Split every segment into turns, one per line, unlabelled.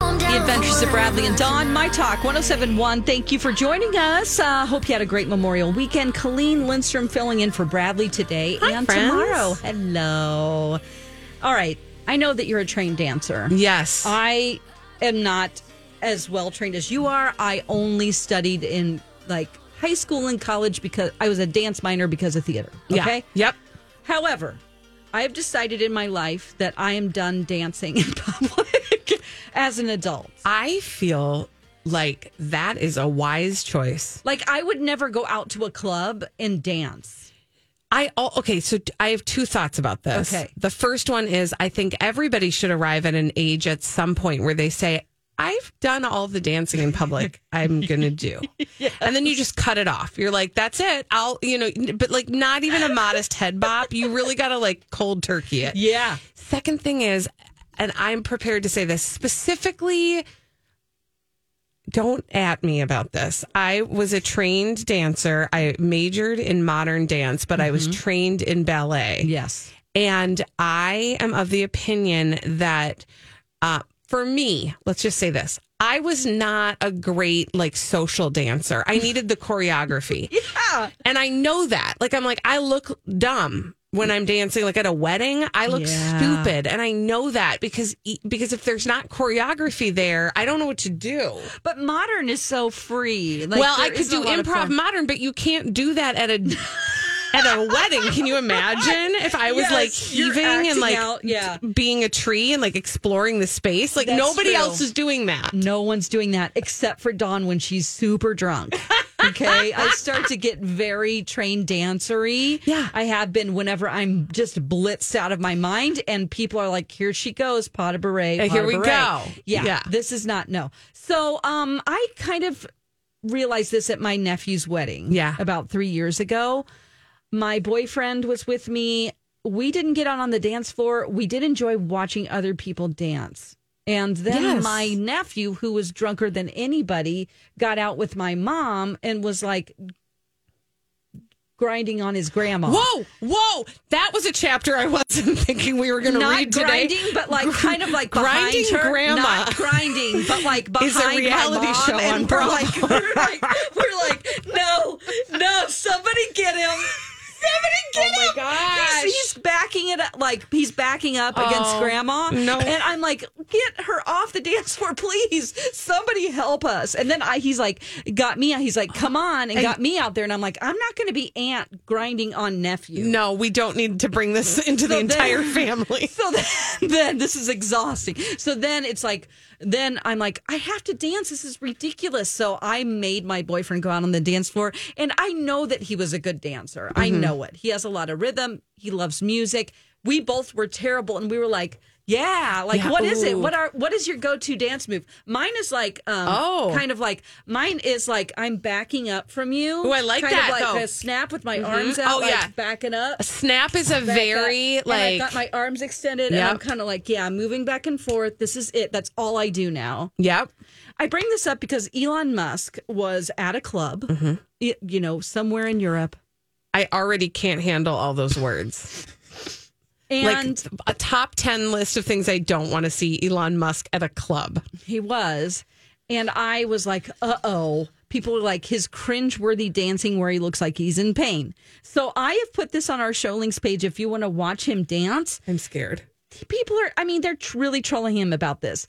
The Adventures of Bradley and Dawn, My Talk 1071. Thank you for joining us. Uh, hope you had a great Memorial weekend. Colleen Lindstrom filling in for Bradley today
Hi,
and
friends.
tomorrow. Hello. All right. I know that you're a trained dancer.
Yes.
I am not as well trained as you are. I only studied in like high school and college because I was a dance minor because of theater.
Yeah.
Okay.
Yep.
However, I have decided in my life that I am done dancing in public as an adult.
I feel like that is a wise choice.
Like I would never go out to a club and dance.
I oh, okay, so t- I have two thoughts about this.
Okay.
The first one is I think everybody should arrive at an age at some point where they say I've done all the dancing in public I'm going to do. And then you just cut it off. You're like, that's it. I'll, you know, but like not even a modest head bop. You really got to like cold turkey it.
Yeah.
Second thing is, and I'm prepared to say this specifically, don't at me about this. I was a trained dancer. I majored in modern dance, but I was trained in ballet.
Yes.
And I am of the opinion that uh, for me, let's just say this. I was not a great like social dancer. I needed the choreography.
Yeah.
And I know that. Like I'm like I look dumb when I'm dancing like at a wedding. I look
Yeah.
stupid and I know that because e, because if there's not choreography there, I don't know what to do.
But modern is so free. Like,
well,
there
I could
isn't a
do
lot of
improv
fun-
modern, but you can't do that at a at a wedding. Can you imagine if I was
Yes,
like
you're
heaving and
acting
like
out, yeah.
being a tree and like exploring the space? Like
That's
nobody
true.
else is doing that.
No one's doing that except for Dawn when she's super drunk. Okay. I start to get very trained dancery.
Yeah.
I have been whenever I'm just blitzed out of my mind and people are like, here she goes, pot of beret.
Uh,
pot
here
of
we
beret."
go.
Yeah,
Yeah.
This is not no. So um I kind of realized this at my nephew's wedding.
Yeah.
About three years ago. My boyfriend was with me. We didn't get out on the dance floor. We did enjoy watching other people dance. And then
Yes.
my nephew, who was drunker than anybody, got out with my mom and was like grinding on his grandma.
Whoa, whoa! That was a chapter I wasn't thinking we were going to
Not
read today.
grinding, but like kind of like behind
grinding
her.
grandma.
Not grinding, but like behind
Is a
my
reality
mom,
show
and
on
we're
Bravo.
like, we're like, we're like, no, no, somebody get him. Somebody get
Oh my
him.
gosh.
He's, he's backing it up like he's backing up against
Oh,
grandma.
no.
And I'm like, get her off the dance floor, please. Somebody help us. And then I he's like, got me out. He's like, come on, and, got me out there. And I'm like, I'm not gonna be aunt grinding on nephew.
no, we don't need to bring this into the
So then-
entire family.
So then, then this is exhausting. So then it's like, then I'm like, I have to dance. This is ridiculous. So I made my boyfriend go out on the dance floor. And I know that he was a good dancer. I
Mm-hmm.
know it. He has a lot of rhythm. He loves music. We both were terrible. And we were like, yeah, like
Yeah,
what is it?
ooh.
What are what is your go-to dance move? Mine is like um
Oh.
kind of like mine is like I'm backing up from you.
Ooh, I like
kind
that,
of like
though.
a snap with my arms out,
Oh,
like
yeah.
backing up
Snap is a
back
very
up. And
like
I got my arms extended, and
Yep.
I'm kind of like, yeah, I'm moving back and forth. This is it. That's all I do now.
yep.
I bring this up because Elon Musk was at a club,
Mm-hmm.
y- you know, somewhere in Europe,
I already can't handle all those words.
and
like a top 10 list of things I don't want to see Elon Musk at a club.
he was, and I was like, uh oh. People are like his cringe-worthy dancing where he looks like he's in pain. So I have put this on our show links page if you want to watch him dance.
I'm scared.
people are i mean they're tr- really trolling him about this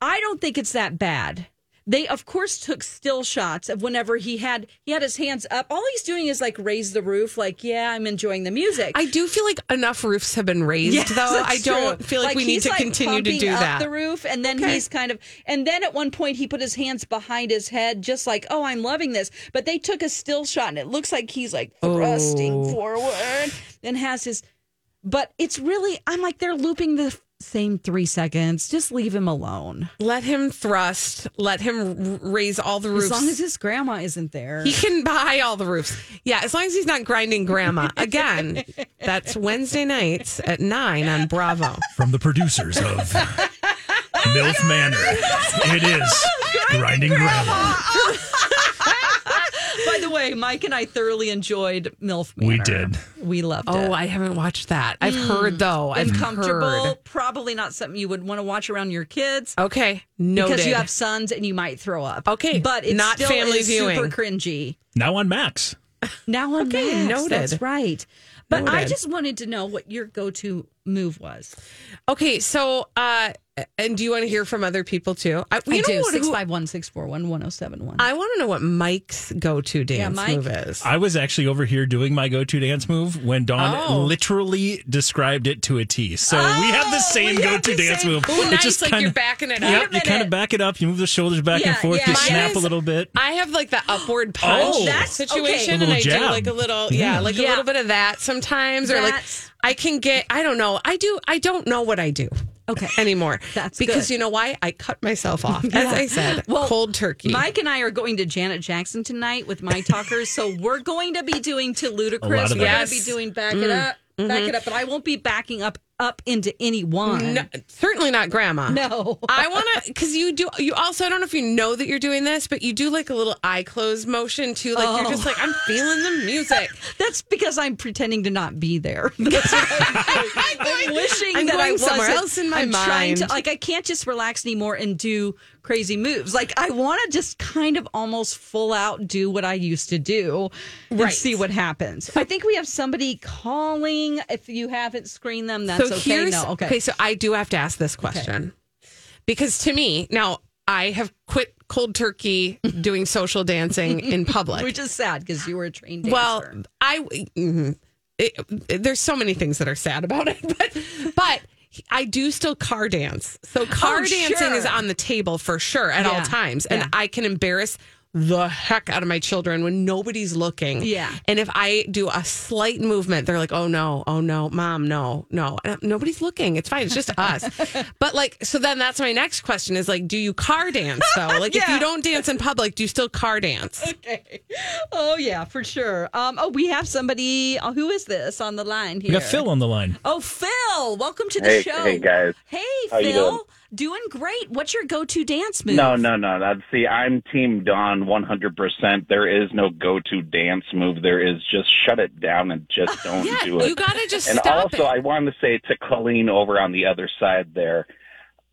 I don't think it's that bad. They of course took still shots of whenever he had he had his hands up. All he's doing is like raise the roof, like yeah, I'm enjoying the music.
I do feel like enough roofs have been raised,
Yes,
though. I
that's
don't
true.
feel like, we need
he's,
to
like,
continue to
pumping
do
up
that.
The roof, and then he's kind of, and then at one point he put his hands behind his head, just like, "Oh, I'm loving this." But they took a still shot, and it looks like he's like thrusting
Oh.
forward and has his. But it's really, I'm like, they're looping the same three seconds. Just leave him alone.
let him thrust. Let him r- raise all the roofs.
As long as his grandma isn't there.
he can buy all the roofs. Yeah, as long as he's not grinding grandma. Again, that's Wednesday nights at nine on Bravo.
From the producers of MILF Manor, it is Grinding Gravel.
By the way, Mike and I thoroughly enjoyed MILF.
We
Manor.
did.
We loved it.
Oh, I haven't watched that. I've heard though. I've
uncomfortable.
heard.
Probably not something you would want to watch around your kids
Okay, noted.
because you have sons and you might throw up.
Okay,
but it's
not
still
family
is Super
viewing.
cringy.
Now on Max.
Now on
Okay,
Max,
noted.
That's right. But I
Noted.
just wanted to know what your go-to move was.
okay, so uh, and do you want to hear from other people too? I, you
I
know
do
what?
six
Who,
five one six four one one zero seven one.
I want to know what Mike's go-to dance
Mike.
move is.
I was actually over here doing my go to dance move when Dawn
Oh.
literally described it to a T. So we have the
Oh,
same
we
go
have the
to dance
same-
move.
Ooh,
It
nice.
just
like
kinda-
you're backing it
Yep,
up.
you kind
minute.
of back it up. You move the shoulders back and
Yeah,
forth.
yeah.
You
Mine
snap
is-
a little bit.
I have like the upward punch
Oh, that's-
situation,
okay.
and I
Little
do
jab.
like a little, yeah,
Yeah.
like a
Yeah.
little bit of that sometimes, or like
That's-
I can get, I don't know, I do, I don't know what I do.
Okay.
anymore.
That's
because
good.
you know why I cut myself off, as I said,
Well,
cold turkey.
Mike and I are going to Janet Jackson tonight with my talkers, so we're going to be doing to ludicrous. We're
lot of
going
that.
to be doing back it up, back it up, but I won't be backing up up into anyone.
No, certainly not grandma.
No.
I want to because you do. You also, I don't know if you know that you're doing this, but you do like a little eye closed motion too. Like you're just like I'm
Oh.
feeling the music.
That's because I'm pretending to not be there. That's what I'm, doing. I'm wishing
I'm
that I
going
wasn't.
somewhere else in my
I'm Trying to,
mind.
like I can't just relax anymore and do crazy moves. Like I want to just kind of almost full out do what I used to do and
Right.
see what happens. I think we have somebody calling. If you haven't screened them, that's
so
okay.
here's
No, okay.
So I do have to ask this question because to me now I have quit cold turkey doing social dancing in public.
Which is sad because you were a trained dancer.
Well, I mhm. It- it- there's so many things that are sad about it, but but I do still car dance. So
Oh,
car dancing
sure.
is on the table for sure at all
Yeah,
times, and
yeah.
I can embarrass the heck out of my children when nobody's looking.
Yeah.
and if I do a slight movement, they're like, "Oh no, oh no, mom, no, no." And I'm- nobody's looking. It's fine. It's just us. but like, so then that's my next question is like, do you car dance though? Like, if
Yeah.
you don't dance in public, do you still car dance?
okay. Oh yeah, for sure. Um, oh, we have somebody. Oh, who is this on the line here?
We got Phil on the line.
Oh, Phil, welcome to the
Hey-
show.
hey, guys.
Hey,
How you
Phil. doing? great. What's your go-to dance move?
No, no, no. That's see, I'm Team Dawn 100%. There is no go-to dance move. There is just shut it down and just don't
Yeah,
do it.
you gotta just
and
stop
also,
it.
I wanted to say to Colleen over on the other side there,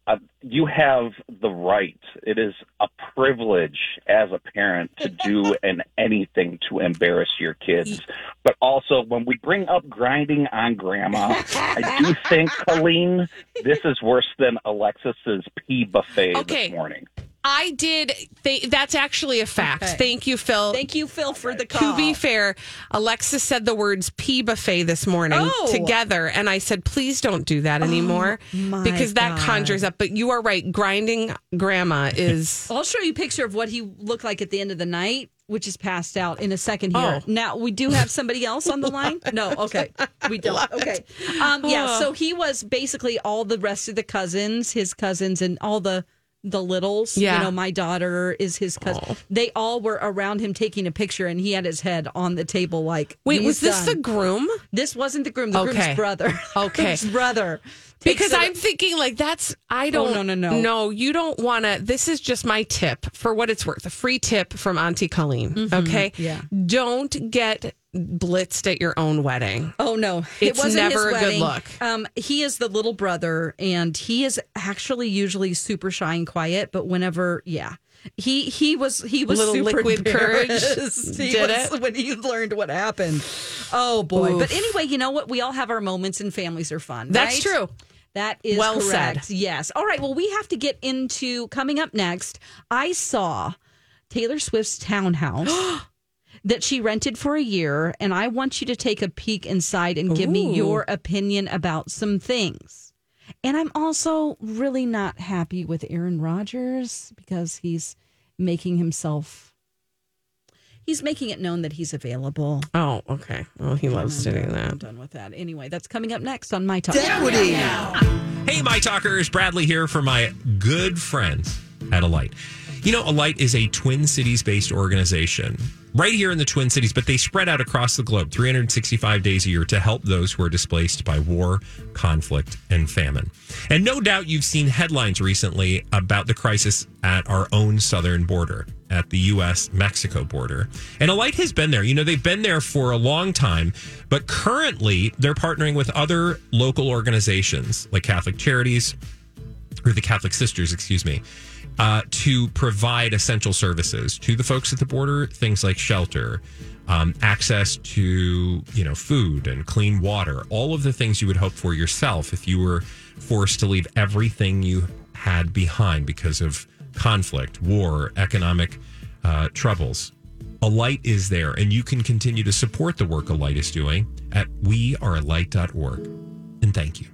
uh, you have the right. It is a privilege as a parent to do an anything to embarrass your kids. But also, when we bring up grinding on grandma, I do think Colleen, this is worse than Alexis's pea buffet
Okay.
this morning.
I did. Th- that's actually a fact.
Okay.
Thank you, Phil.
Thank you, Phil, for the call.
to be fair, Alexis said the words pea buffet this morning
Oh.
together, and I said, please don't do that anymore
my
because that
God.
conjures up. But you are right, grinding grandma is.
I'll show you a picture of what he looked like at the end of the night, which is passed out in a second here.
Oh.
Now we do have somebody else on the line. No, okay, we don't. okay, um,
Oh.
yeah. So he was basically all the rest of the cousins, his cousins, and all the the littles.
Yeah. Oh.
you know, my daughter is his cousin. They all were around him taking a picture, and he had his head on the table like.
Wait,
"He's
was this
done."
the groom?
This wasn't the groom. The
Okay.
groom's brother.
Okay.
Groom's brother. Takes
Because
it-
I'm thinking, like, that's, I don't,
Oh, no, no, no.
No, you don't want to. This is just my tip for what it's worth a free tip from Auntie Colleen. Okay.
Mm-hmm. yeah.
Don't get blitzed at your own wedding.
Oh no,
It's never a good look.
Um, he is the little brother, and he is actually usually super shy and quiet. But whenever, yeah, he he was he was
Little
super
liquid courage
embarrassed. he
did
was,
it.
when he learned what happened. Oh boy! But
Oof.
anyway, you know what? We all have our moments, and families are fun.
That's
right?
true.
That is
Well
correct.
said.
Yes. All right. Well, we have to get into coming up next. I saw Taylor Swift's townhouse that she rented for a year, and I want you to take a peek inside and give me
Ooh.
your opinion about some things. And I'm also really not happy with Aaron Rodgers because he's making himself he's making it known that he's available.
Oh, okay. Well, he loves doing
I'm
that.
done with that. Anyway, that's coming up next on my talk.
Hey, my talkers, Bradley here for my good friends at Alight. You know, Alight is a Twin Cities based organization right here in the Twin Cities, but they spread out across the globe 365 days a year to help those who are displaced by war, conflict, and famine. And no doubt you've seen headlines recently about the crisis at our own southern border, at the U.S. Mexico border. And Alight has been there. You know, they've been there for a long time, but currently they're partnering with other local organizations like Catholic Charities, or the Catholic Sisters, excuse me, uh, to provide essential services to the folks at the border, things like shelter, um, access to you know food and clean water, all of the things you would hope for yourself if you were forced to leave everything you had behind because of conflict, war, economic uh, troubles. Alight is there, and you can continue to support the work Alight is doing at wearealight.org. And thank you.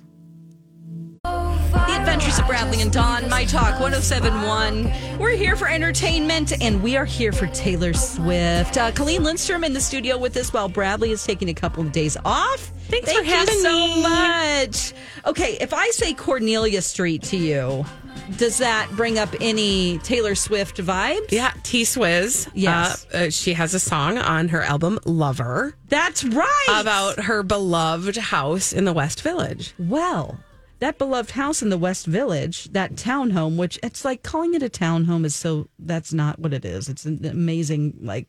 The Adventures of Bradley and Dawn, My Talk 1071. We're here for entertainment and we are here for Taylor Swift. Uh, Colleen Lindstrom in the studio with us while Bradley is taking a couple of days off. Thanks
for having me.
so much. Okay, if I say Cornelia Street to you, does that bring up any Taylor Swift vibes?
Yeah, T Swizz.
Yes.
Uh, uh, she has a song on her album Lover
That's right.
about her beloved house in the West Village.
Well, that beloved house in the West Village, that townhome, which it's like calling it a townhome is so that's not what it is. It's an amazing, like,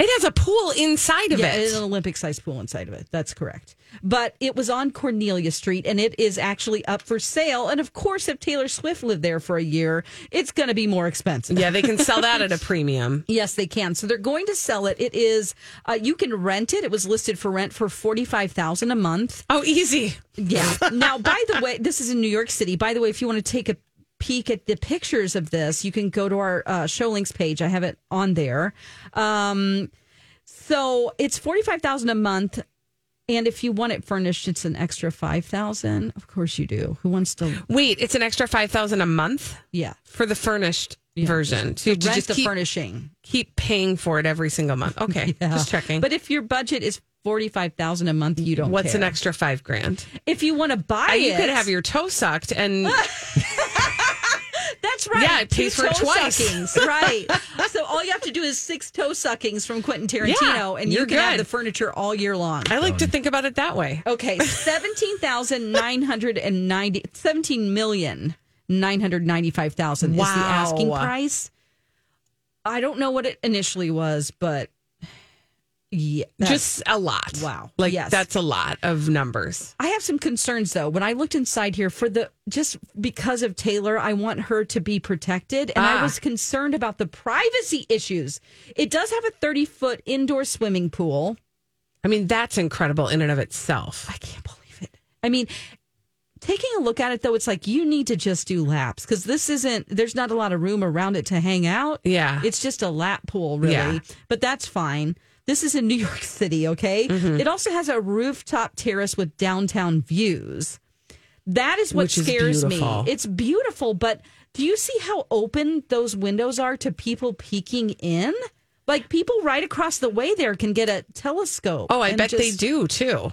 It has a pool inside of
yeah,
it.
it's an Olympic sized pool inside of it. That's correct. But it was on Cornelia Street and it is actually up for sale. And of course, if Taylor Swift lived there for a year, it's going to be more expensive.
Yeah, they can sell that at a premium.
Yes, they can. So they're going to sell it. It is uh, you can rent it. It was listed for rent for forty five thousand a month.
Oh, easy.
Yeah. Now, by the way, this is in New York City. By the way, if you want to take a peek at the pictures of this, you can go to our uh, show links page. I have it on there. Um, so it's forty five thousand a month, and if you want it furnished, it's an extra five thousand. Of course, you do. Who wants to?
Wait, it's an extra 5000 a month
Yeah,
for the furnished version. So you have to
rent
just
the
keep,
furnishing. Uh-huh.
keep paying for it every single month. Okay, just checking.
But if your budget is forty five thousand a month, you don't.
What's an
care.
extra five grand?
If you want to buy
Uh,
it,
you could have your toe sucked and
That's right.
Yeah, it pays
Two
for it
toe
twice.
Suckings, right. so all you have to do is six toe suckings from Quentin Tarantino,
Yeah,
and you
you're
can have
good.
the furniture all year long.
I like to think about it that way.
Okay, 17,990 17,995,000 is the
Wow.
asking price. I don't know what it initially was, but yeah, that's-
Just a lot.
Wow.
Like
Yes.
that's a lot of numbers.
I have some concerns though. When I looked inside here for the just because of Taylor, I want her to be protected, and I
Ah.
was concerned about the privacy issues. It does have a thirty foot indoor swimming pool.
I mean, that's incredible in and of itself.
I can't believe it. I mean, taking a look at it though, it's like you need to just do laps because this isn't. There's not a lot of room around it to hang out.
Yeah.
it's just a lap pool, really.
Yeah.
But that's fine. This is in New York City, okay?
Mm-hmm.
It also has a rooftop terrace with downtown views. That is what
Which is
scares me.
beautiful.
It's beautiful, but do you see how open those windows are to people peeking in? Like people right across the way there can get a telescope.
Oh, I
and
bet they
just-
do too.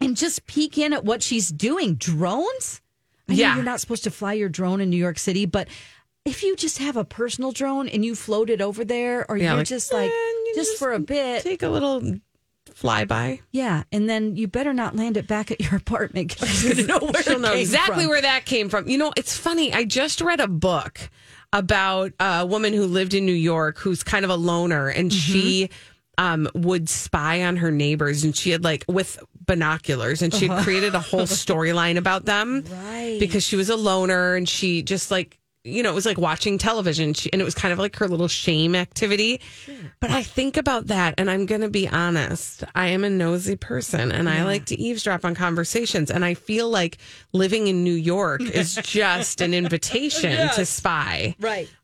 and just peek in at what she's doing. Drones? I know
Yeah.
you're not supposed to fly your drone in New York City, but if you just have a personal drone and you float it over there, or
Yeah,
you're
like,
just like
eh, you
just,
just
for a bit,
Take a little flyby.
yeah, and then you better not land it back at your apartment because she's gonna know where
She'll
it
know
came
exactly
from.
where that came from. You know, it's funny. I just read a book about a woman who lived in New York who's kind of a loner and
Mm-hmm.
she um, would spy on her neighbors and she had like with binoculars and she had created a whole storyline about them.
Uh-huh. Right.
Because she was a loner and she just like you know, it was like watching television She- and it was kind of like her little shame activity. But I think about that and I'm going to be honest. I am a nosy person and I like to eavesdrop on conversations. And I feel like living in New York is just an invitation to spy
Right.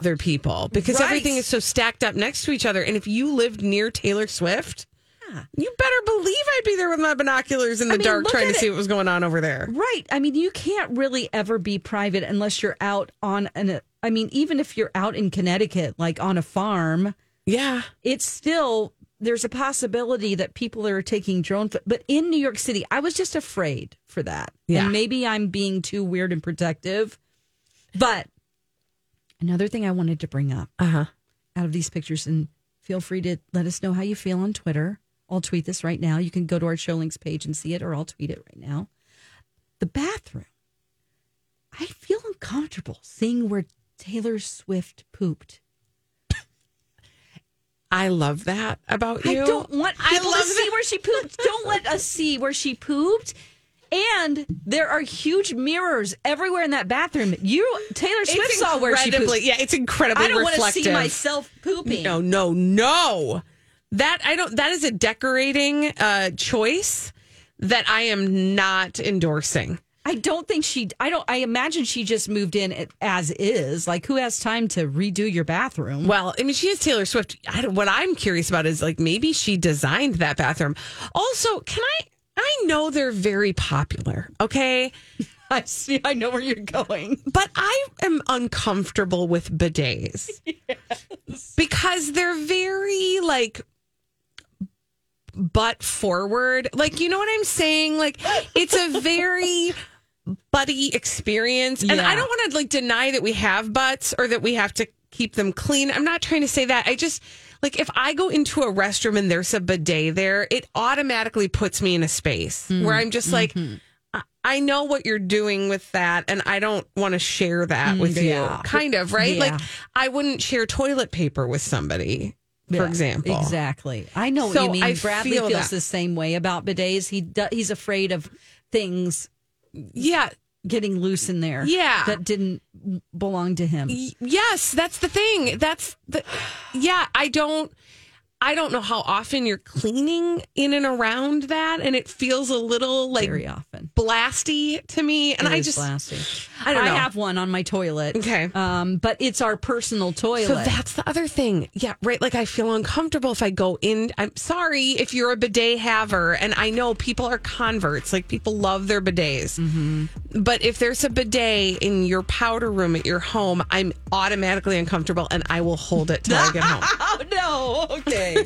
other people because
Right.
everything is so stacked up next to each other. And if you lived near Taylor Swift, you better believe I'd be there with my binoculars in the
mean,
dark
look
trying
at
to see
it.
what was going on over there.
Right. I mean, you can't really ever be private unless you're out on an. I mean, even if you're out in Connecticut, like on a farm,
Yeah.
it's still there's a possibility that people are taking drones. But, but in New York City, I was just afraid for that.
Yeah.
And maybe I'm being too weird and protective. But another thing I wanted to bring up
Uh huh.
out of these pictures, and feel free to let us know how you feel on Twitter. I'll tweet this right now. You can go to our show links page and see it, or I'll tweet it right now. The bathroom. I feel uncomfortable seeing where Taylor Swift pooped.
I love that about
I
you.
don't want
I
people
love
to see
that.
where she pooped. Don't let us see where she pooped. And there are huge mirrors everywhere in that bathroom. You Taylor Swift
It's
saw where she
incredibly-
pooped.
Yeah, it's incredibly
I don't want to
reflective.
see myself pooping.
No, no, no. That I don't. That is a decorating uh, choice that I am not endorsing.
I don't think she. I don't. I imagine she just moved in as is. Like, who has time to redo your bathroom?
Well, I mean, she is Taylor Swift. I, don't- what I'm curious about is like maybe she designed that bathroom. Also, can I? I know they're very popular, okay?
I see. I know where you're going.
But I am uncomfortable with bidets because they're very like butt forward. Like, you know what I'm saying? Like, it's a very buddy experience. And
Yeah.
I don't want to like deny that we have butts or that we have to keep them clean. I'm not trying to say that. I just like if I go into a restroom and there's a bidet there, it automatically puts me in a space where I'm just like, I- I know what you're doing with that, and I don't want to share that with
Mm, yeah.
you. Kind of, right?
Yeah.
Like, I wouldn't share toilet paper with somebody, for
Yeah,
example.
Exactly. I know what
So
you mean.
I
Bradley
feel
feels
that.
the same way about bidets. He do, he's afraid of things
Yeah.
getting loose in there.
Yeah.
that didn't belong to him.
Y- yes, that's the thing. That's the yeah. I don't. I don't know how often you're cleaning in and around that, and it feels a little like
Very often.
blasty to me. And
It
I
is
just
blasty.
I don't know.
have one on my toilet.
Okay.
Um, but it's our personal toilet.
So that's the other thing. Yeah, right. Like I feel uncomfortable if I go in. I'm sorry if you're a bidet haver, and I know people are converts. Like people love their bidets,
Mm-hmm.
but if there's a bidet in your powder room at your home, I'm automatically uncomfortable, and I will hold it till I get home.
Oh no! Okay.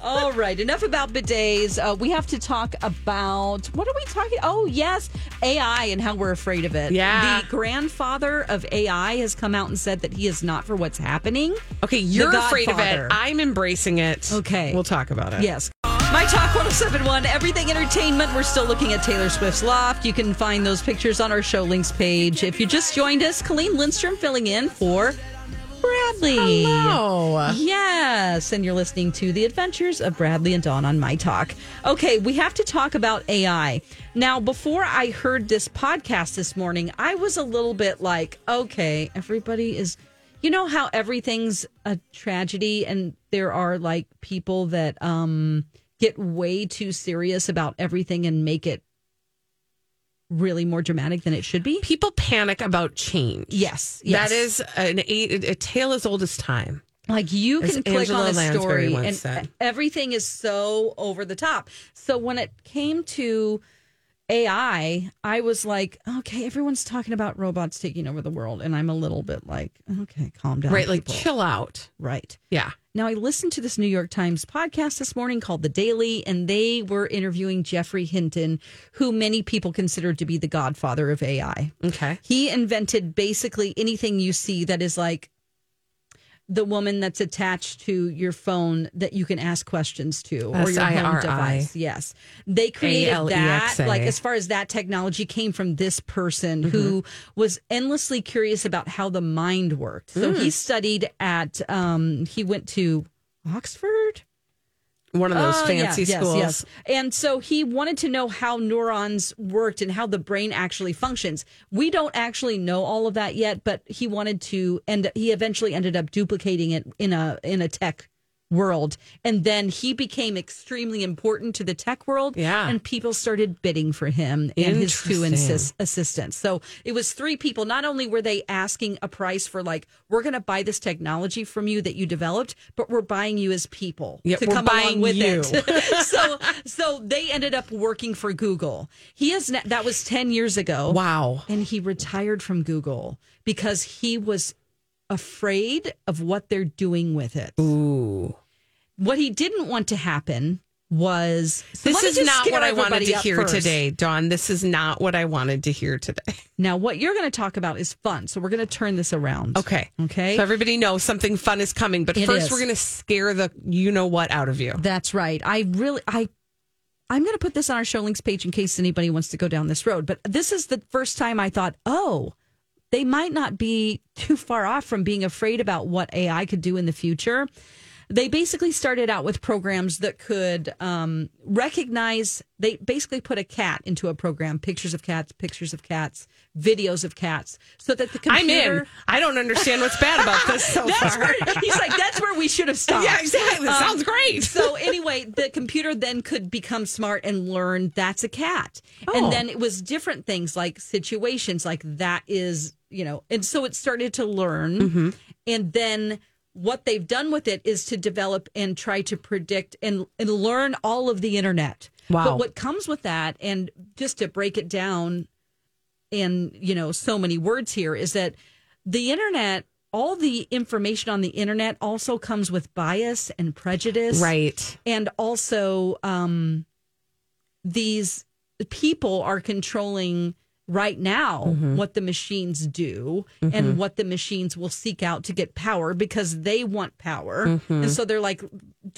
All right. Enough about bidets. Uh, we have to talk about what are we talking? Oh yes, AI and how we're afraid of it.
Yeah.
The grandfather of AI has come out and said that he is not for what's happening.
Okay, you're afraid of it.
Godfather.
I'm embracing it.
Okay.
We'll talk about it.
Yes. My Talk 1071, Everything Entertainment. We're still looking at Taylor Swift's Loft. You can find those pictures on our show links page. If you just joined us, Colleen Lindstrom filling in for Bradley.
Hello.
Yes, and you're listening to The Adventures of Bradley and Dawn on My Talk. Okay, we have to talk about AI. Now, before I heard this podcast this morning, I was a little bit like, okay, everybody is, you know how everything's a tragedy and there are like people that um get way too serious about everything and make it really more dramatic than it should be.
People panic about change.
Yes, yes.
That is an eight, a tale as old as time.
Like you
As
can click
Angela
on a
Lansbury
story
once
and
said.
everything is so over the top. So when it came to AI, I was like, okay, everyone's talking about robots taking over the world, and I'm a little bit like, okay, calm down,
Right? Like
people.
chill out.
right.
Yeah.
Now, I listened to this New York Times podcast this morning called The Daily, and they were interviewing Jeffrey Hinton, who many people consider to be the godfather of AI.
Okay.
He invented basically anything you see that is like the woman that's attached to your phone that you can ask questions to or your home
SIRI.
device. Yes. They created
ALEXA.
that. Like, as far as that technology came from this person who was endlessly curious about how the mind worked. So he studied at, um, he went to Oxford.
One of those
Oh, yeah,
fancy
yes,
schools.
yes. And so he wanted to know how neurons worked and how the brain actually functions. We don't actually know all of that yet, but he wanted to and he eventually ended up duplicating it in a in a tech world. And then he became extremely important to the tech world.
Yeah.
And people started bidding for him and his two
Interesting.
insist- assistants. So it was three people. Not only were they asking a price for like, we're going to buy this technology from you that you developed, but we're buying you as people
Yeah,
to
we're
come
buying
along with
you.
it. so, so they ended up working for Google. He has ne- that was ten years ago.
Wow.
And he retired from Google because he was afraid of what they're doing with it.
Ooh.
What he didn't want to happen was so
This
let me
is
just
not
scare
what I wanted
everybody
to
up
hear
first.
today, Dawn. This is not what I wanted to hear today.
Now, what you're going to talk about is fun. So we're going to turn this around.
Okay.
Okay.
So everybody knows something fun is coming, but
It
first
is.
we're going to scare the you know what out of you.
That's right. I really I I'm going to put this on our show links page in case anybody wants to go down this road, but this is the first time I thought, "Oh, they might not be too far off from being afraid about what AI could do in the future." They basically started out with programs that could um, recognize. They basically put a cat into a program: pictures of cats, pictures of cats, videos of cats, so that the
I'm
computer.
in. I don't understand what's bad about this so
That's
far.
where, he's like, that's where we should have stopped. Um,
Yeah, exactly. Sounds great.
so anyway, the computer then could become smart and learn that's a cat.
Oh.
And then it was different things like situations like that is, you know, and so it started to learn.
Mm-hmm.
And then what they've done with it is to develop and try to predict and, and learn all of the internet.
Wow.
But what comes with that, and just to break it down in, you know, so many words here, is that the internet, all the information on the internet also comes with bias and prejudice
Right.
and also um, these people are controlling right now
Mm-hmm.
what the machines do and what the machines will seek out to get power because they want power
Mm-hmm.
and so they're like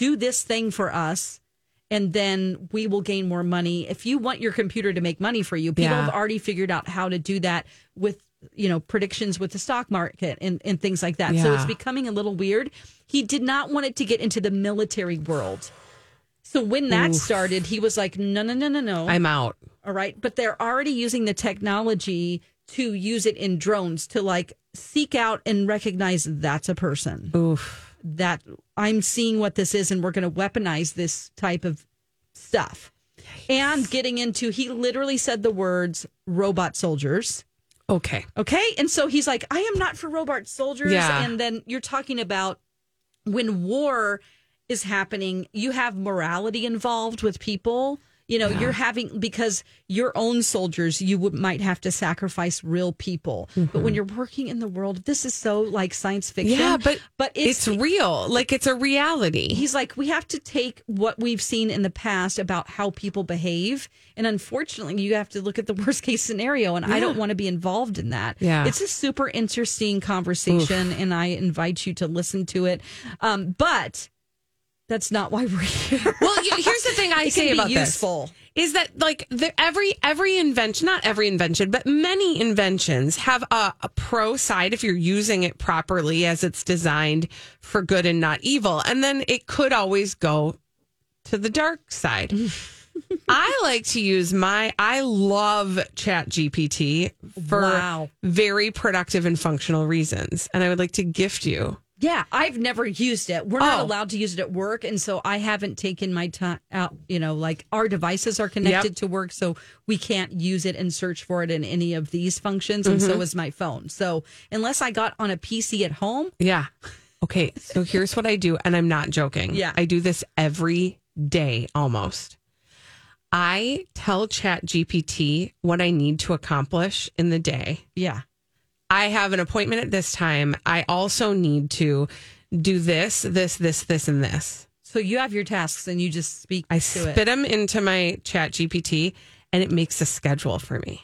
do this thing for us and then we will gain more money if you want your computer to make money for you people
Yeah.
have already figured out how to do that with you know predictions with the stock market and, and things like that so it's
Yeah.
becoming a little weird he did not want it to get into the military world so when that started he was like no no no no no
I'm out.
all right. But they're already using the technology to use it in drones to like seek out and recognize that's a person.
Oof.
That I'm seeing what this is and we're going to weaponize this type of stuff. And getting into, he literally said the words robot soldiers.
Okay.
Okay. And so he's like, I am not for robot soldiers.
Yeah.
And then you're talking about when war is happening, you have morality involved with people. You know, you're having because your own soldiers, you would, might have to sacrifice real people. But when you're working in the world, this is so like science fiction.
Mm-hmm. Yeah, but
but
it's, real. Like it's a reality.
he's like, we have to take what we've seen in the past about how people behave. And unfortunately, you have to look at the worst case scenario. And I don't want to be involved in that.
Yeah.
It's a super interesting conversation. And I invite you to listen to it. Um, but that's not why we're here.
Well, you- here's the thing
It
I
can
say
be
about this.
useful.
is that like the, every every invention not every invention but many inventions have a, a pro side if you're using it properly as it's designed for good and not evil and then it could always go to the dark side i like to use my i love chat gpt for
Wow.
very productive and functional reasons and i would like to gift you
Yeah, I've never used it. We're not
Oh.
allowed to use it at work, and so I haven't taken my time out. You know, like our devices are connected to work, so we can't use it and search for it in any of these functions, and
Mm-hmm.
so is my phone. So unless I got on a PC at home,
Yeah. Okay. So here's what I do, and I'm not joking.
Yeah.
I do this every day almost. I tell Chat GPT what I need to accomplish in the day.
yeah,
I have an appointment at this time. I also need to do this, this, this, this, and this.
so you have your tasks and you just speak
I
to
spit
it.
them into my Chat GPT, and it makes a schedule for me.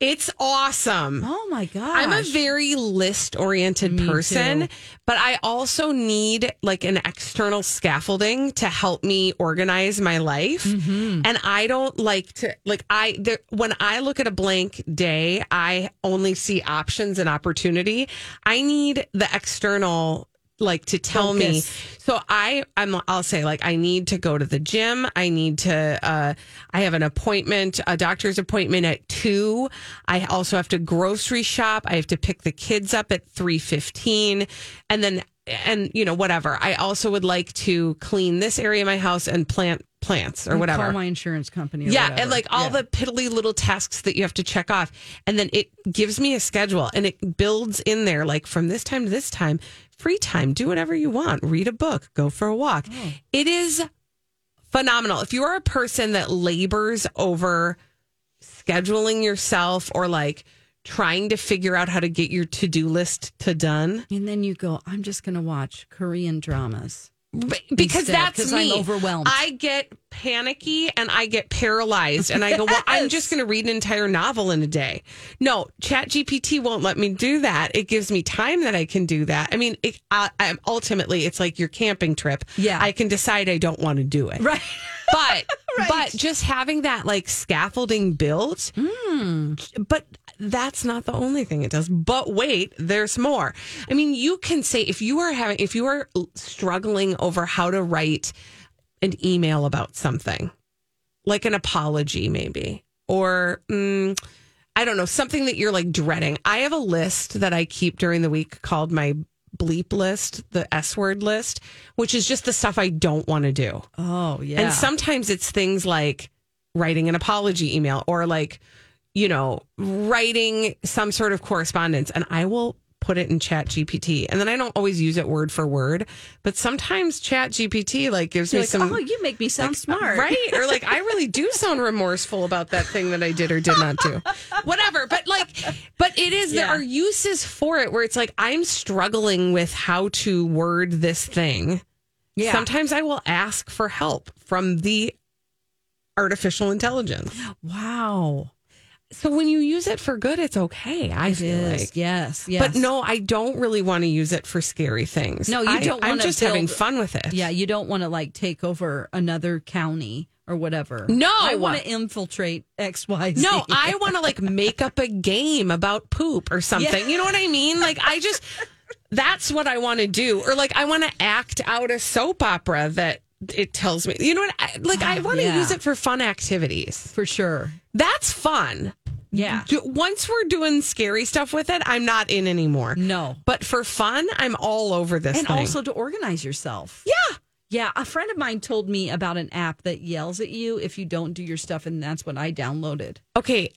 it's awesome.
Oh my god,
I'm a very list oriented
Me
person,
too.
but I also need like an external scaffolding to help me organize my life.
Mm-hmm.
And I don't like to like I there, when I look at a blank day, I only see options and opportunity. I need the external like to tell me
Focus.
so i i'm i'll say like i need to go to the gym i need to uh i have an appointment a doctor's appointment at 2 i also have to grocery shop i have to pick the kids up at 3:15 and then and you know whatever i also would like to clean this area of my house and plant plants or
And
whatever
Call my insurance company. Or
yeah,
whatever.
and like all
Yeah.
the piddly little tasks that you have to check off. And then it gives me a schedule and it builds in there like from this time to this time, free time, do whatever you want, read a book, go for a walk.
Oh.
It is phenomenal. If you are a person that labors over scheduling yourself or like trying to figure out how to get your to-do list to done
and then you go. I'm just going to watch Korean dramas.
b- because
Instead,
that's
'cause
me.
I'm overwhelmed.
I get panicky and I get paralyzed, and I go, "Well, I'm just going to read an entire novel in a day." No, ChatGPT won't let me do that. It gives me time that I can do that. I mean, it, I, I'm ultimately, it's like your camping trip.
Yeah.
I can decide I don't want to do it.
Right.
But but just having that like scaffolding built, but that's not the only thing it does. But wait, there's more. I mean, you can say if you are having if you are struggling over how to write an email about something, like an apology maybe, or mm, I don't know, something that you're like dreading. I have a list that I keep during the week called my bleep list, the S word list, which is just the stuff I don't want to do.
Oh yeah,
And sometimes it's things like writing an apology email or like, you know, writing some sort of correspondence. And I will put it in chat GPT. And then I don't always use it word for word, but sometimes chat GPT like gives
You're
me
like,
some.
oh, you make me sound smart,
Right. Or like, I really do sound remorseful about that thing that I did or did not do. Whatever. But like, but it is, there
Yeah.
are uses for it where it's like, I'm struggling with how to word this thing.
Yeah.
Sometimes I will ask for help from the artificial intelligence.
Wow.
So when you use it for good, it's okay. I
It
feel
is.
like.
yes. Yes.
But no, I don't really want to use it for scary things.
No, you
I-
don't
I'm
wanna
just having
build-
fun with it.
Yeah, you don't want to like take over another county or whatever.
No.
I want to infiltrate X, Y, Z.
No, I want to like make up a game about poop or something. You know what I mean? Like I just that's what I want to do or like I want to act out a soap opera that it tells me. You know what? I, like I want to
Ah, Yeah.
use it for fun activities.
for sure.
That's fun.
Yeah.
Do- once we're doing scary stuff with it, I'm not in anymore.
No.
But for fun, I'm all over this
Mm. And
thing.
also to organize yourself. Yeah. Yeah, a friend of mine told me about an app that yells at you if you don't do your stuff, and that's what I downloaded.
okay,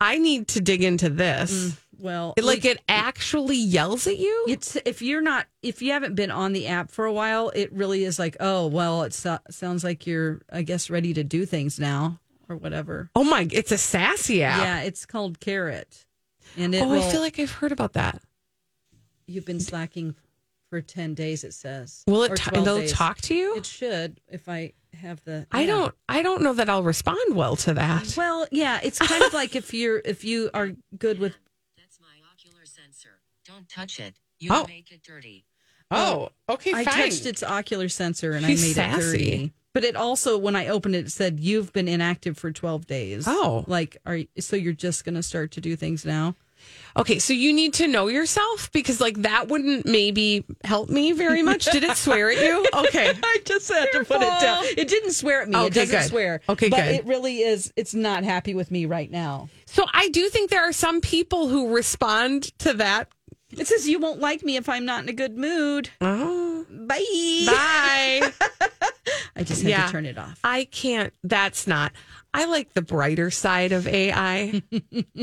I need to dig into this.
Mm. Well,
It- like it actually yells at you?
it's if you're not if you haven't been on the app for a while, it really is like, oh well, it so- sounds like you're I guess ready to do things now or whatever.
Oh my, it's a sassy app.
Yeah, it's called Carrot, and it
oh,
will,
I feel like I've heard about that.
You've been slacking for 10 days, it says.
Will it?
Or
T-
12
it'll
days.
talk to you.
It should if I have the.
I
yeah.
don't. I don't know that I'll respond well to that.
Well, yeah, it's kind of like if you're if you are good with.
That's my ocular sensor. Don't touch it. You
Oh.
make it dirty.
oh, okay,
I touched its ocular sensor and
She's
I made
sassy.
it dirty. But it also, when I opened it, it said you've been inactive for 12 days.
Oh.
like are you- so you're just gonna start to do things now?
Okay, so you need to know yourself because, like, that wouldn't maybe help me very much. Did it swear at you? Okay.
I just had to put it down. It didn't swear at me.
Okay,
it doesn't
good.
swear.
Okay,
but
good.
it really is. It's not happy with me right now.
So I do think there are some people who respond to that
It says you won't like me if I'm not in a good mood.
Oh,
Bye.
bye.
I just had
Yeah.
to turn it off.
I can't. That's not. I like the brighter side of AI.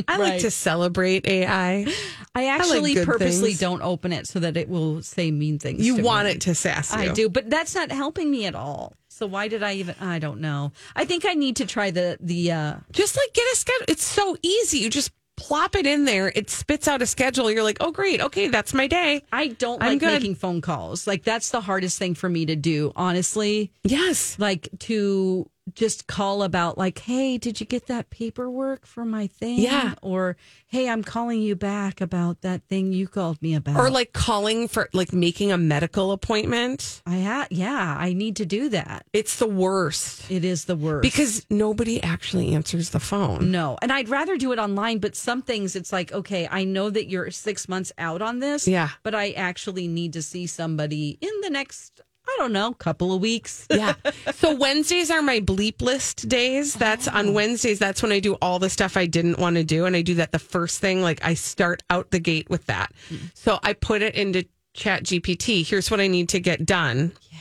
I like
Right.
to celebrate AI.
I
like
actually
good
purposely
things.
don't open it so that it will say mean things.
You
to
want
me.
it to sass you.
I do, but that's not helping me at all. So why did I even? I don't know. I think I need to try the the. uh
Just like get a schedule. It's so easy. You just plop it in there. It spits out a schedule. You're like, oh great, okay, that's my day.
I don't
I'm
like
good.
making phone calls. Like that's the hardest thing for me to do, honestly.
Yes.
Like to just call about like, "Hey, did you get that paperwork for my thing?"
Yeah.
Or, "Hey, I'm calling you back about that thing you called me about."
Or like calling for like making a medical appointment.
I ha- yeah, I need to do that.
It's the worst
It is the worst.
because nobody actually answers the phone.
No. And I'd rather do it online, but some things it's like, okay, I know that you're six months out on this.
Yeah.
But I actually need to see somebody in the next, I don't know, couple of weeks.
yeah. So Wednesdays are my bleep list days. That's
Oh.
on Wednesdays. That's when I do all the stuff I didn't want to do. And I do that the first thing. Like I start out the gate with that.
Mm.
So I put it into Chat GPT. Here's what I need to get done. Yeah.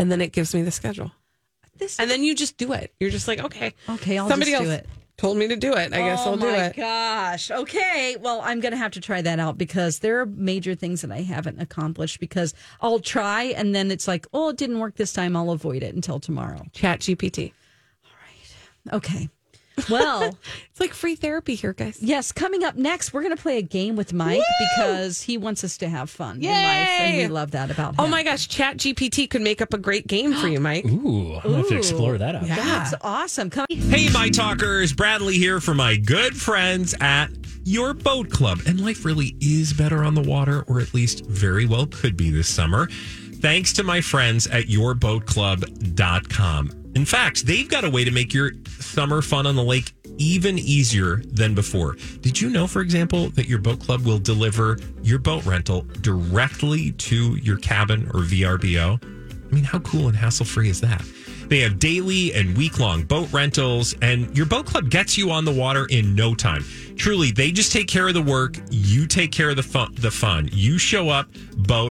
And then it gives me the schedule.
This
And then you just do it. You're just like, okay.
Okay, I'll
somebody
just do
else
it.
told me to do it. I guess
oh
I'll do
my
it.
gosh. Okay. Well, I'm going to have to try that out because there are major things that I haven't accomplished because I'll try and then it's like, oh, it didn't work this time. I'll avoid it until tomorrow.
Chat GPT.
Okay. Well,
It's like free therapy here, guys.
Yes, coming up next, we're going to play a game with Mike because he wants us to have fun in life, and
Yay!
we love that about him.
Oh my gosh, Chat GPT could make up a great game for you, Mike.
Ooh, I'll have to explore that out.
that's awesome! Come,
Hey, my talkers, Bradley here for my good friends at your boat club. And life really is better on the water, or at least very well could be this summer, thanks to my friends at yourboatclub.com. In fact, they've got a way to make your summer fun on the lake even easier than before. Did you know, for example, that your boat club will deliver your boat rental directly to your cabin or VRBO? I mean, how cool and hassle free is that? They have daily and week long boat rentals, and your boat club gets you on the water in no time. Truly, they just take care of the work. You take care of the fun. The fun. You show up, boat.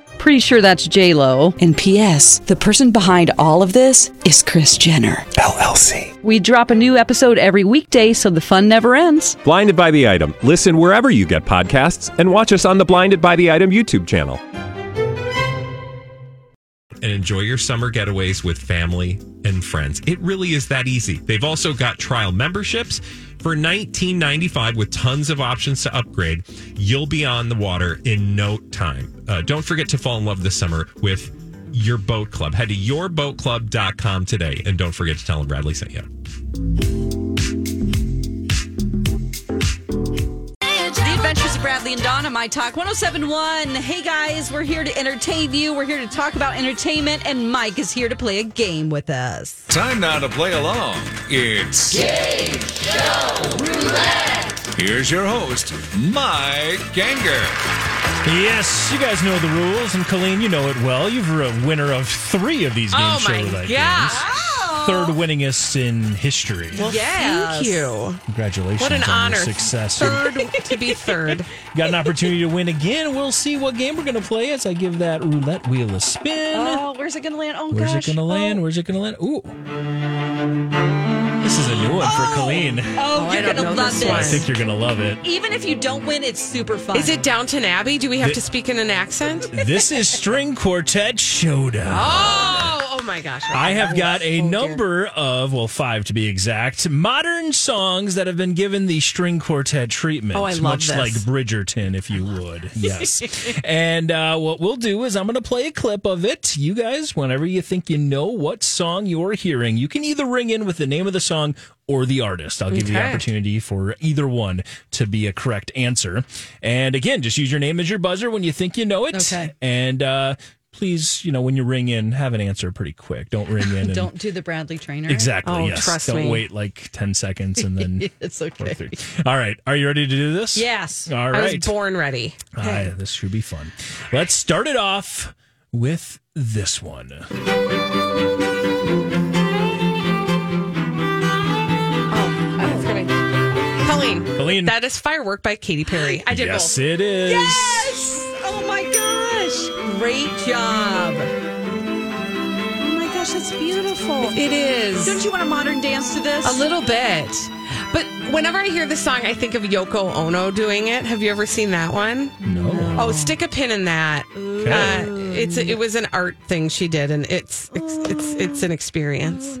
Pretty sure that's J Lo. And P.S. The person behind all of this is Chris Jenner.
LLC.
We drop a new episode every weekday, so the fun never ends.
Blinded by the Item. Listen wherever you get podcasts and watch us on the Blinded by the Item YouTube channel. And enjoy your summer getaways with family and friends. It really is that easy. They've also got trial memberships for $19.95 with tons of options to upgrade. You'll be on the water in no time. Uh, don't forget to fall in love this summer with your boat club. Head to yourboatclub.com today and don't forget to tell them Bradley sent you.
The Adventures of Bradley and Dawn on My Talk 1071. Hey guys, we're here to entertain you. We're here to talk about entertainment, and Mike is here to play a game with us.
Time now to play along. It's Game Show Roulette. Here's your host, Mike Ganger.
Yes, you guys know the rules, and Colleen, you know it well. You've a winner of three of these game
Oh
show
my
like
gosh.
Third winningest in history.
Yes.
Thank you.
Congratulations
What an
on
honor.
your success.
Third to be third.
We've Got an opportunity to win again. We'll see what game we're going to play as I give that roulette wheel a spin.
Oh, where's it gonna land? Oh
Where's
gosh.
it going to land?
Oh,
Where's it going to land? Ooh. This is a new one for Colleen.
oh,
I
you're
don't
gonna
know
love
this
this.
one.
I think you're going to love it.
Even if you don't win, it's super fun.
Is it Downton Abbey? Do we have
Th-
to speak in an accent?
This is String Quartet Showdown.
Oh, oh my gosh.
I have got a
Oh, dear.
number of, well, five to be exact, modern songs that have been given the string quartet treatment.
Oh, I love
Much
this.
like Bridgerton, if you would. Yes. and uh, what we'll do is I'm going to play a clip of it. You guys, whenever you think you know what song you're hearing, you can either ring in with the name of the song or the artist. I'll give you the
Okay.
opportunity for either one to be a correct answer. And again, just use your name as your buzzer when you think you know it.
Okay.
And uh, please, you know, when you ring in, have an answer pretty quick. Don't ring in. And,
Don't do the Bradley trainer.
Exactly.
Oh,
yes.
trust
Don't
me.
wait like ten seconds and then.
It's okay.
All right. Are you ready to do this?
Yes.
All right.
I was born ready.
Aye, this should be fun. Let's start it off with this one.
Colleen,
Mm-hmm. Colleen.
that is Firework by Katy Perry. I did
yes, it is.
Yes! Oh my gosh! Great job! Oh
Oh
my gosh, that's beautiful.
both. It is.
Don't you want a modern dance to this?
A little bit. But whenever I hear this song, I think of Yoko Ono doing it. Have you ever seen that one?
No.
Oh, stick a pin in that.
Okay.
Uh, it's it was an art thing she did, and it's it's it's, it's an experience.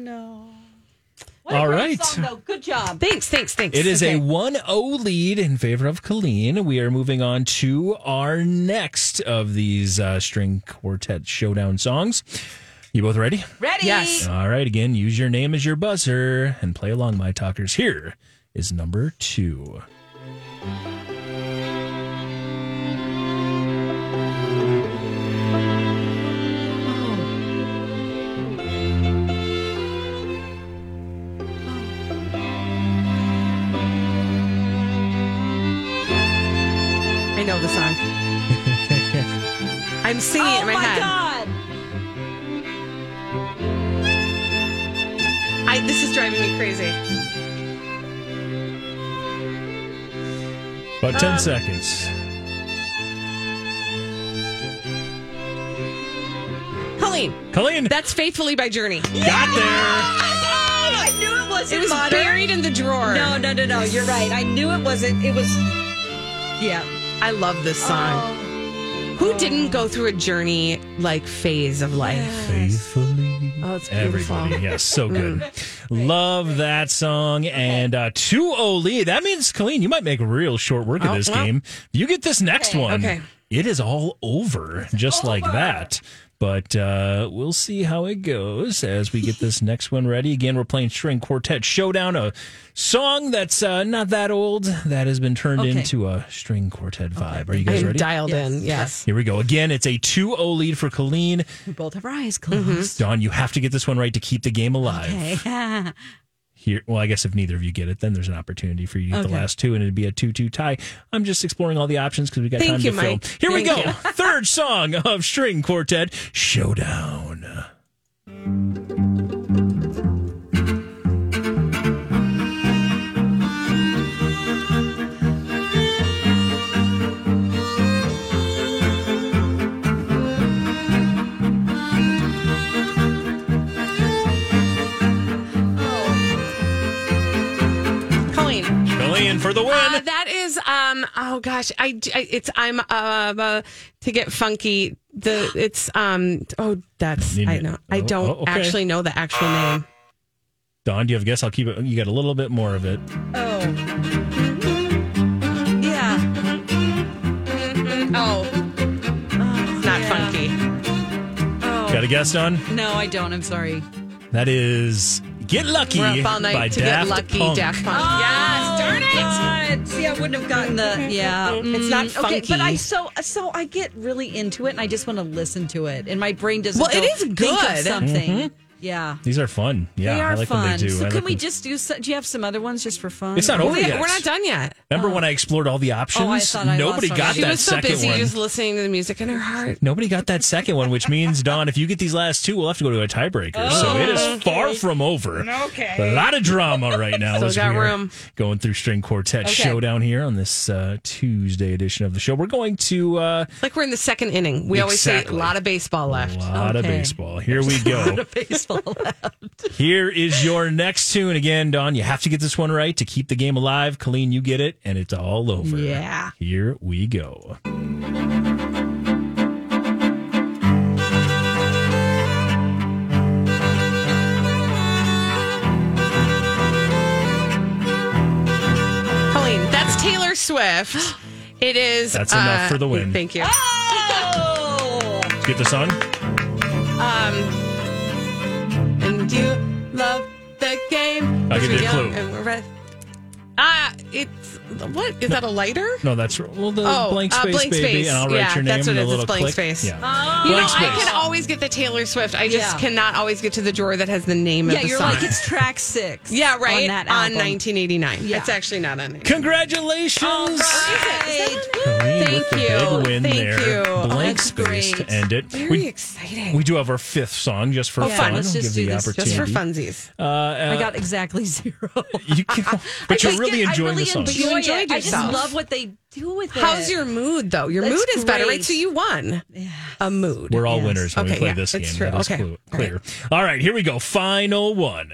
What a
All
great
right.
Song, though. Good job.
Thanks, thanks, thanks.
It is
Okay.
a 1 0 lead in favor of Colleen. We are moving on to our next of these uh, string quartet showdown songs. You both ready?
Ready?
Yes.
All right, again, use your name as your buzzer and play along, my talkers. Here is number two.
I know the song. I'm singing it
Oh
in
my,
my, head.
god!
I, this is driving me crazy.
About
Um,
10 seconds.
Colleen,
Colleen,
that's Faithfully by Journey.
got there.
I knew it wasn't
It was
modern.
buried in the drawer.
No, no, no, no. You're right. I knew it wasn't. It was. Yeah.
I love this song.
Oh.
Who didn't go through a journey like phase of life?
Faithfully.
Oh, it's beautiful. Mm.
Everybody, yes, so good. Love that song. And uh, 2 0 lead. That means, Colleen, you might make real short work of
Oh,
this
well.
game. You get this next one.
okay.
It is all over, just like that. But uh, we'll see how it goes as we get this next one ready. Again, we're playing String Quartet Showdown, a song that's uh, not that old that has been turned
Okay.
into a string quartet vibe. Are you
I
guys
am
ready?
dialed in. Yes.
Here we go. Again, it's a 2 0 lead for Colleen.
We both have our eyes closed.
Don, you have to get this one right to keep the game alive.
Okay.
Here, well, I guess if neither of you get it, then there's an opportunity for you to get the
Okay.
last two, and it'd be a two-two tie. I'm just exploring all the options because we got
Thank
time
you,
to fill.
Mike.
Here we
Thank
go. Third song of String Quartet Showdown.
oh.
Colleen.
Colleen for the win.
Uh, that is, um, oh gosh, I, I- it's, I'm, uh, uh, to get funky. The, it's, um, oh, that's,
You
I
need-
know, I
oh,
don't
oh, okay.
actually know the actual name.
Don, do you have a guess? I'll keep it. You got a little bit more of it.
Oh. Yeah.
Oh, it's not funky.
Oh.
Got a guess, Don?
No, I don't. I'm sorry.
That is "Get Lucky"
We're up all
by
night to
Daft
get lucky.
Punk.
Daft Punk.
Oh,
yes, darn it.
God. See, I wouldn't have gotten the yeah.
It's not
Okay, but
funky.
I so so I get really into it, and I just want to listen to it, and my brain doesn't.
Well, it
go,
is
"Think of
good."
something. Yeah,
These are fun. Mm-hmm. Yeah,
they are
I like
fun.
when they do.
So
I
can
like
we
when-
just do? So, do you have some other ones just for fun?
It's not over
Wait,
yet.
We're not done Oh. yet.
Remember when I explored all the options?
thought I
Nobody
lost
got
already.
She
that
was so
second
busy
one.
just listening to the music in her heart.
Nobody got that second one, which means Don, if you get these last two, we'll have to go to a tiebreaker.
Oh,
so it is far from over. Okay, a lot of drama right now.
Still
as
got
we are
room.
Going through string quartet showdown here on this uh, Tuesday edition of the show. We're going to uh,
Like we're in the second inning. We always say a
Exactly.
lot of baseball
a
left.
lot of
Okay.
baseball. Here we go.
baseball.
here is your next tune again, Don. You have to get this one right to keep the game alive. Colleen, you get it, and it's all over.
Yeah.
Here we go.
Colleen, that's Taylor Swift. It is. uh,
That's enough for the win. Ah!
Thank you.
oh,
Get the song.
Um, And you love the game.
I'll
We're
give you a
young
clue.
And we're re- Ah, it's what is that? A lighter?
No, that's well the
Oh,
blank
uh,
space,
blank
baby,
space.
and I'll write
Yeah,
your name
that's what
and
it
a
is,
little
it's blank
click.
space.
Yeah.
You know,
Blank
I
space.
can always get the Taylor Swift. I just
Yeah.
cannot always get to the drawer that has the name
Yeah,
of the
you're
song.
like it's track six.
yeah, right.
On that
on
album.
1989.
Yeah.
It's actually not on it.
Congratulations.
Right.
Colleen
Thank
with the
you.
big win
Thank
there.
you. Oh,
Blank
That's
space
great.
to end it.
Very
we,
exciting.
we do have our fifth song just for
Oh,
fun.
fun. Let's
give
just
the
do this
opportunity.
just for funsies.
Uh, uh,
I got exactly zero.
you can, but
I
you're really
get- I
enjoying the song.
enjoy
You enjoyed
it. I just
yourself.
love what they do with it.
How's your mood though? Your
That's
mood is better,
great.
right? So you won. A mood.
We're all
Yes.
winners when we
Okay,
play
yeah,
this game.
it's
That
True.
is
Okay.
clu-
All
clear. All right, here we go. Final one.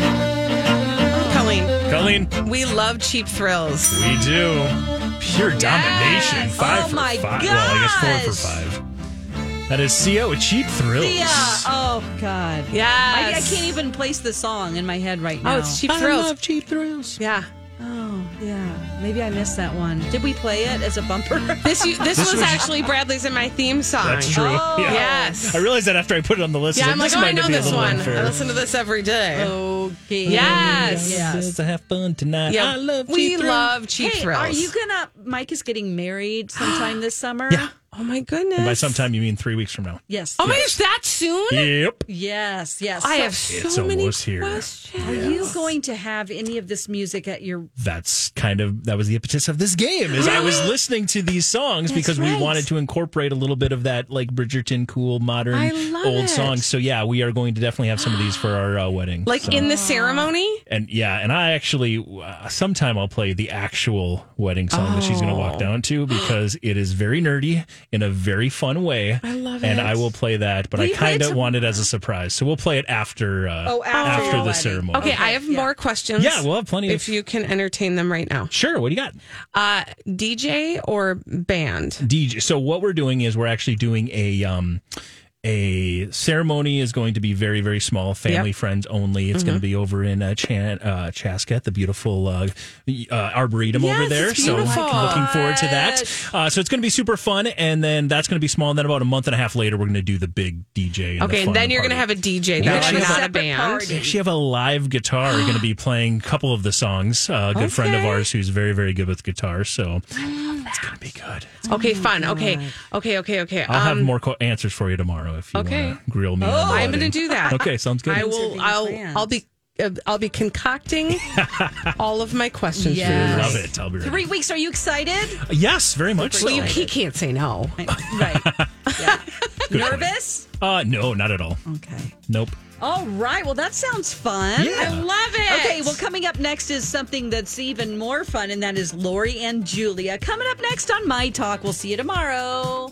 right. Colleen,
Colleen,
we love cheap thrills.
we do. Pure domination.
Yes.
Five
Oh
for
my
five. Well, I guess
gosh.
four for five. That is CO with Cheap Thrills.
Yeah. Oh God.
Yes.
I, I can't even place the song in my head right now.
Oh, it's cheap thrills.
Cheap Thrills.
yeah.
Oh, yeah. Maybe I missed that one. Did we play it as a bumper?
This you, this, was, actually Bradley's and my theme song.
That's true.
Oh.
yeah.
Yes.
I realized that after I put it on the list.
Yeah, I'm like,
this
oh, I
might
know
be a
this
little
one.
unfair. Oh,
I listen to this every day.
okay.
Yes.
Yes.
Just to have fun tonight.
Yeah,
I love cheap
we
thrills.
love cheap
Hey,
thrills.
are you gonna? Mike is getting married sometime this summer.
Yeah.
Oh my goodness!
And by sometime you mean three weeks from now.
Yes.
Oh my gosh, that soon?
Yep.
Yes. Yes.
I
So
have so
It's
many
almost here.
questions.
Are you going to have any of this music at your?
That's kind of that was the impetus of this game. Is I was listening to these songs because we
right.
wanted to incorporate a little bit of that like Bridgerton cool modern
I love
old
it.
songs. So yeah, we are going to definitely have some of these for our uh, wedding.
Like
So-
in the ceremony?
and yeah, and I actually uh, sometime I'll play the actual wedding song that she's going to
Oh.
walk down to because it is very nerdy in a very fun way. I
love
and
it.
I will play that, but
Will
I
you play it
kind of
to-
want it as a surprise. So we'll play it after uh,
Oh, after
after,
your
the
wedding.
ceremony.
Okay, I have
yeah.
more questions.
Yeah, we'll have plenty of-
If you can entertain them right now.
Sure, what do you got?
Uh, DJ or band?
DJ. So what we're doing is we're actually doing a um a ceremony is going to be very very small, family
Yep. Mm-hmm.
friends only. It's going to be over in uh, Chan, uh, Chaska at the beautiful uh, uh, arboretum
Yes,
over there.
it's
so
beautiful. Oh my
looking forward to that.
gosh.
Uh, so it's going to be super fun, and then that's going to be small. And then about a month and a half later, we're going to do the big DJ. And
Okay,
the
and then you're going to have
party.
a DJ.
Yeah,
That's
like a
not a
separate
band.
party.
She have a live guitar. going to be playing a couple of the songs. Uh, a good friend of
Okay. Mm.
ours who's very very good with guitar. So it's going to be good.
Okay, fun.
Oh
Okay, okay, okay, okay.
I'll have
Um,
more co- answers for you tomorrow if you
okay.
want to grill me.
Oh, I'm going to do that.
Okay, sounds good.
I will. I'll.
plans.
I'll be. Uh, I'll be concocting all of my questions
Yes.
for you.
Love it. I'll be ready.
Three weeks. Are you excited?
Yes, very much.
Well, you,
so.
he can't say no.
right. Yeah.
Good point.
Nervous?
Uh, no, not at all.
Okay.
Nope.
All right. Well, that sounds fun.
Yeah. I
love it.
Okay, well, coming up next is something that's even more fun, and that is Lori and Julia. Coming up next on My Talk. We'll see you tomorrow.